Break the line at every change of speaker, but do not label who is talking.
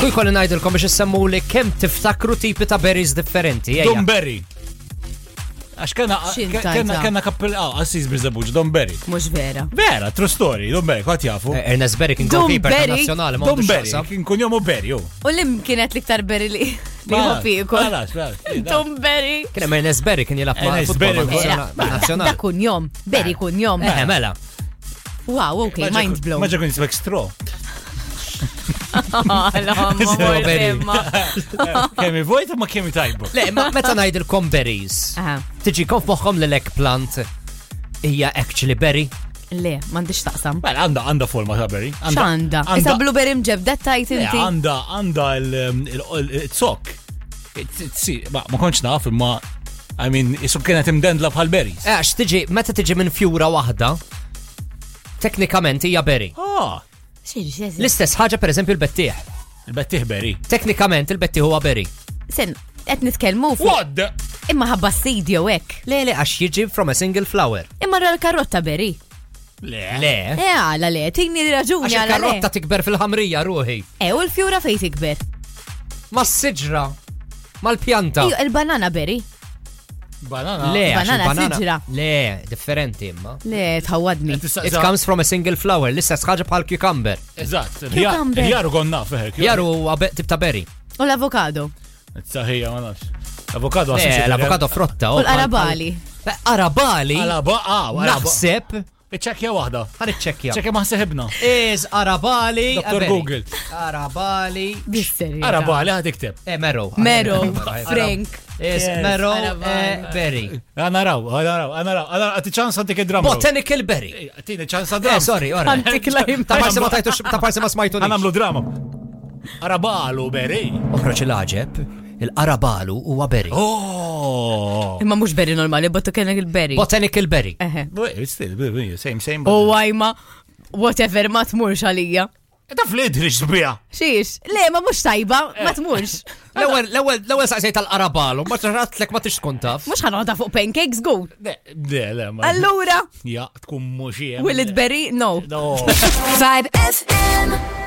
Kuj kolli najdilkom biex jissemmu li kem tiftakru tipi ta' berries differenti. ejja.
Donberry. Għax kena,
Xintajta.
kena, kena kappell, oh, għaw, għassis bizzabuġ, Donberry.
Mux vera.
Vera, true story, Donberry, għat jafu.
Eh, Ernest Berry kien goalkeeper ta'
Donberry?
nazjonali, ma' għandu
Donberry,
xaqsa.
kien kun jomu Berry, oh. u.
U lim kienet liktar berry li nħobi u kol.
Għalax, għalax.
Tom berry.
Kien hemm Ernest Berry kien jilab ma'
Ernest
futbol
Berry,
ma' nazjonali- ma'
Da
nazjonali.
kun jom, berry kun jom.
Eh, mela.
Wow, ok, mind blown. Oh,
Maġa kun jisbek stro.
Zero berry.
Kemi vojt ma kemi tajbu.
Le, ma' meta najdilkom berries.
Aha,
Tiġi kom moħħom li l-eggplant hija actually berry.
Le, mandiċ taqsam.
Mela, għanda, għanda forma ta' Berry. Għanda-
ċanda. Issa
Għanda,
blueberry mġebda tajt
Le,
inti.
għanda, għanda um, il-zok. Ma ma konċ naf, imma, I mean, jisub kienet imdendla bħal berries.
Eh, Għax tiġi, meta tiġi minn fjura waħda, teknikament hija berry.
Ah,
Xiri, xiri, xiri.
L-istess ħaġa per eżempju l-bettieħ.
il-bettih berry.
Teknikament il-bettieħ huwa berry.
Sen, qed nitkellmu fuq.
What the?
Imma ħabba s-sidi jew hekk.
Le, le, għax jiġi from a single flower.
Imma ra l-karotta berry.
Le.
Le,
E għala le, tini
Eh.
raġuni
għax
għala
il-karotta
le.
tikber fil-ħamrija ruħi.
E u l-fjura fej tikber.
Ma s-sidra. Ma l-pjanta.
Iju, il-banana berry.
Banana.
Le, għax
banana
il-banana-
siġra.
Le, differenti imma.
Le, tħawadni.
It comes from a single flower, l-istess ħaġa bħal cucumber.
Eżatt.
Cucumber.
Jaru gonna feħek.
Jaru huwa be- tip ta' berry.
U l-avokado.
Saħija, ma nafx. Avokado
Le,
għasin.
l-avokado frotta. oh,
U l-arabali.
Arabali.
Għalabaqa, għalabaqa.
Naħseb.
Iċċekja E wahda.
Għan iċċekja.
ċekja ma seħibna.
Is Arabali.
Dr.
a berry.
Google.
Arabali.
Bisseri.
Araba, li għad ikteb.
Eh, Mero.
Mero.
Eh,
Frank.
Is
Yes.
Mero
Arabali.
eh, Berry.
Għana raw, għana raw, għana raw. Għana għati ċans għantik id-dram.
Botanical Berry.
Għatini ċans għad
Eh,
dram.
sorry, ora.
Antik lajm.
Ta' parsi ma tajtux, ta' parsi ma smajtu.
Għan għamlu drama. Arabalu, beri.
Oħroċ il-ħagġeb, il-Arabalu huwa Berry.
Oh.
Imma mux berry normali, bottu kellek il-berry.
Botanical Berry.
Eħe.
Wait, still, same, same.
Oh,
U għajma, Oh, whatever, ma tmurx għalija.
E, Ta' flidriġ bija.
Xiex, le, ma mux tajba, ma tmurx.
L-ewel, l-ewel, l-ewel saqsejt tal-Arabalu, ma ċarratlek ma tix tkun taf.
Mux ħanqoda fuq pancakes, go.
Le, le, ma.
Allura,
Ja, tkun muxie.
will it berry? No.
No.
Vibe FM.